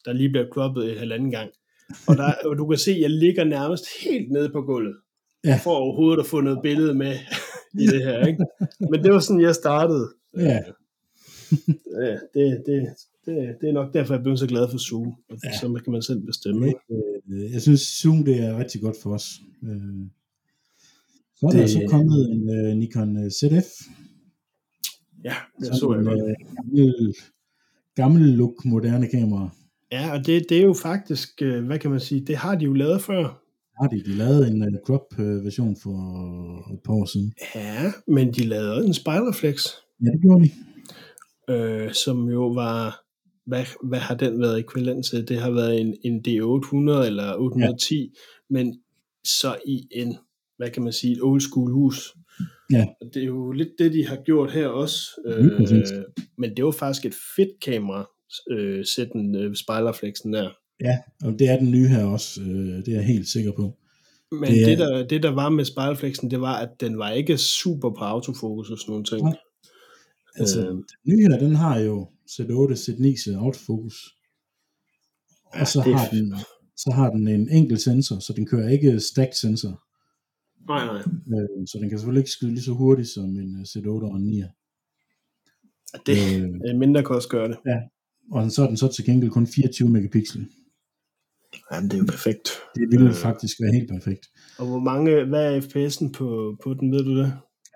der lige bliver croppet en halvanden gang. Og, der, og du kan se, at jeg ligger nærmest helt nede på gulvet, Ja. for overhovedet at få noget billede med i det her. Ikke? Men det var sådan, jeg startede. Ja. Ja, det, det, det, det er nok derfor, jeg blev så glad for Zoom. Ja. Ja. Så kan man selv bestemme. Ikke? Øh, Jeg synes, Zoom det er rigtig godt for os. Øh, så er det... der Det- så kommet en øh, Nikon øh, ZF. Ja, det Sådan så jeg en, godt. øh, gammel, gammel look, moderne kamera. Ja, og det, det er jo faktisk, øh, hvad kan man sige, det har de jo lavet før. Har de, de lavet en øh, crop-version for et par år siden? Ja, men de lavede en Spiralflex, Ja, det gjorde de. øh, som jo var, hvad, hvad har den været ekvivalent til? Det har været en, en D800 eller 810, ja. men så i en, hvad kan man sige, et old school hus. Ja. Og Det er jo lidt det, de har gjort her også. Lige præcis. Øh, men det var faktisk et fedt kamera, øh, sætten øh, spejlerflexen der. Ja, og det er den nye her også. Øh, det er jeg helt sikker på. Det Men det, er- det, der, det, der var med spejlerflexen, det var, at den var ikke super på autofokus og sådan nogle ting. Nej. Altså, Øh. den nye her, den har jo Z8, Z9, så autofokus. Og så det er har, den, så har den en enkelt sensor, så den kører ikke stack sensor. Nej, nej. Øh, så den kan selvfølgelig ikke skyde lige så hurtigt som en øh, Z8 og en 9'er. Det, Øh, øh, mindre kan også gøre det. og så er den så til gengæld kun 24 megapixel. Jamen, det er jo perfekt. Det ville Øh. øh. faktisk være helt perfekt. Og hvor mange, hvad er FPS'en på, på den, ved du det?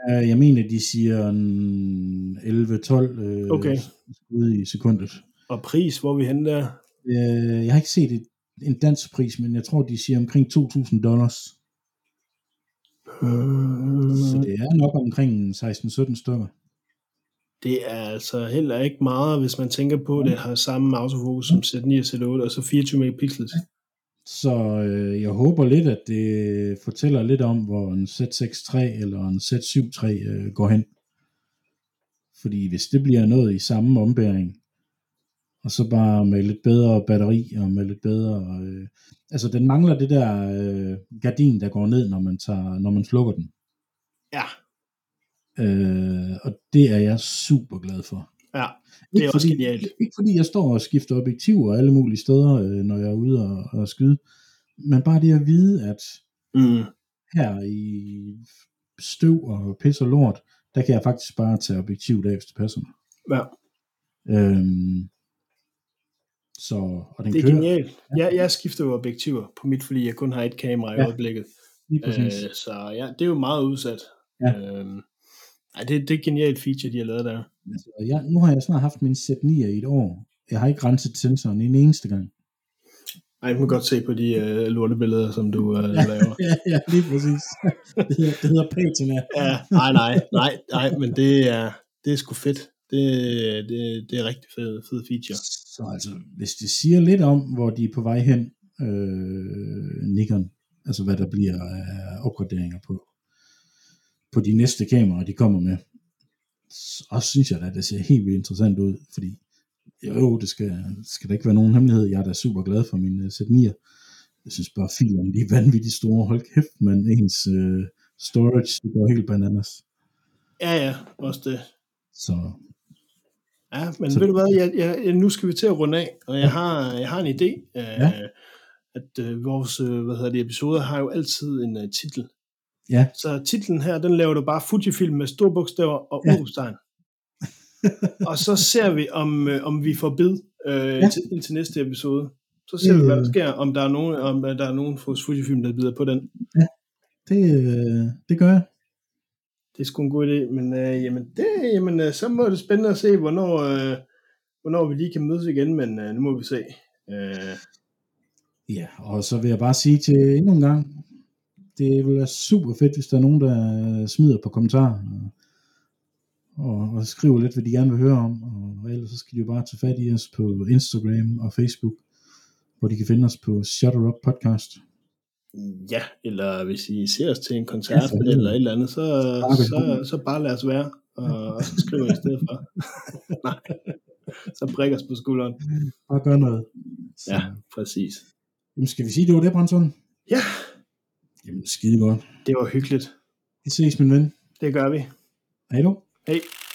Øh, jeg mener, de siger en 11-12 øh, Okay. skud i sekundet. Og pris, hvor er vi henne der? Øh, jeg har ikke set et, en dansk pris, men jeg tror, de siger omkring 2.000 dollars. Så Øh, det er nok omkring en 16-17 stykker. Det er altså heller ikke meget, hvis man tænker på, at det har samme autofokus som Z9 og Z8, og så 24 megapixels. Så øh, jeg håber lidt, at det fortæller lidt om, hvor en Z6 III eller en Z7 III øh, går hen. Fordi hvis det bliver noget i samme ombæring, og så bare med lidt bedre batteri og med lidt bedre... Øh, altså den mangler det der øh, gardin, der går ned, når man, tager, når man slukker den. Ja, Øh, og det er jeg super glad for. ja. Ikke Det er også fordi, genialt. Ikke fordi jeg står og skifter objektiver alle mulige steder, øh, når jeg er ude og, og skyde, men bare det at vide, at Mm. her i støv og pis og lort, der kan jeg faktisk bare tage objektivet af, hvis det passer mig. ja. Øhm, så, og den Det er kører genialt. Jeg, jeg skifter jo objektiver på mit, fordi jeg kun har et kamera i Ja, øjeblikket. lige præcis. Øh, så ja, det er jo meget udsat. Ja. Øhm, ej, det, det er et genialt feature, de har lavet der. Altså, jeg, nu har jeg snart haft min Z9 i et år. Jeg har ikke renset sensoren en eneste gang. Ej, jeg kan godt se på de øh, lortebilleder, som du øh, laver. ja, ja, lige præcis. det, hedder, det hedder patina. Ja, nej, nej, nej, nej, men det er, det er sgu fedt. Det, det, det er rigtig fed, fed feature. Så altså, hvis det siger lidt om, hvor de er på vej hen, øh, Nikon, altså hvad der bliver af opgraderinger på, på de næste kameraer, de kommer med, så synes jeg da, at det ser helt vildt interessant ud, fordi jo, det skal, skal da ikke være nogen hemmelighed. Jeg er da super glad for min uh, Z9'er. Jeg synes bare, filerne de er vanvittigt store. Hold kæft, man. Ens uh, storage, det går helt bananas. Ja, ja, også det. Så Ja, men så... ved du hvad, jeg, jeg, nu skal vi til at runde af, og jeg har, jeg har en idé, ja. øh, at øh, vores øh, hvad hedder det, episoder har jo altid en øh, titel. Ja. Så titlen her, den laver du bare Fujifilm med store bogstaver og Ja. udrupstegn. og så ser vi, om, øh, om vi får bid øh, ja. Ja. til, til næste episode. Så ser vi, hvad der Øh. sker, om der er nogen, om øh, der er nogen hos Fujifilm, der bider på den. Det, øh, det gør jeg. Det er sgu en god idé, men øh, jamen, det, jamen, øh, så må det spændende at se, hvornår, øh, hvornår vi lige kan mødes igen, men øh, nu må vi se. Øh, Ja, og så vil jeg bare sige til endnu en gang, det vil være super fedt, hvis der er nogen, der øh, smider på kommentarer og, og, og skriver lidt, hvad de gerne vil høre om. Og, og ellers så skal de jo bare tage fat i os på Instagram og Facebook, hvor de kan finde os på Shutter Up Podcast. ja, eller hvis I ser os til en Ja, koncert for ja, helvede. eller et eller andet, så, vi så, så bare lad os være, og, og så skriver I i stedet for. Nej, så prikker os på skulderen. Bare gør noget. Så, Ja, præcis. Jamen, skal vi sige, det var det, Brøndson? Ja, Jamen, skide godt. det var hyggeligt. Vi ses, min ven. Det gør vi. Hej du. Hej.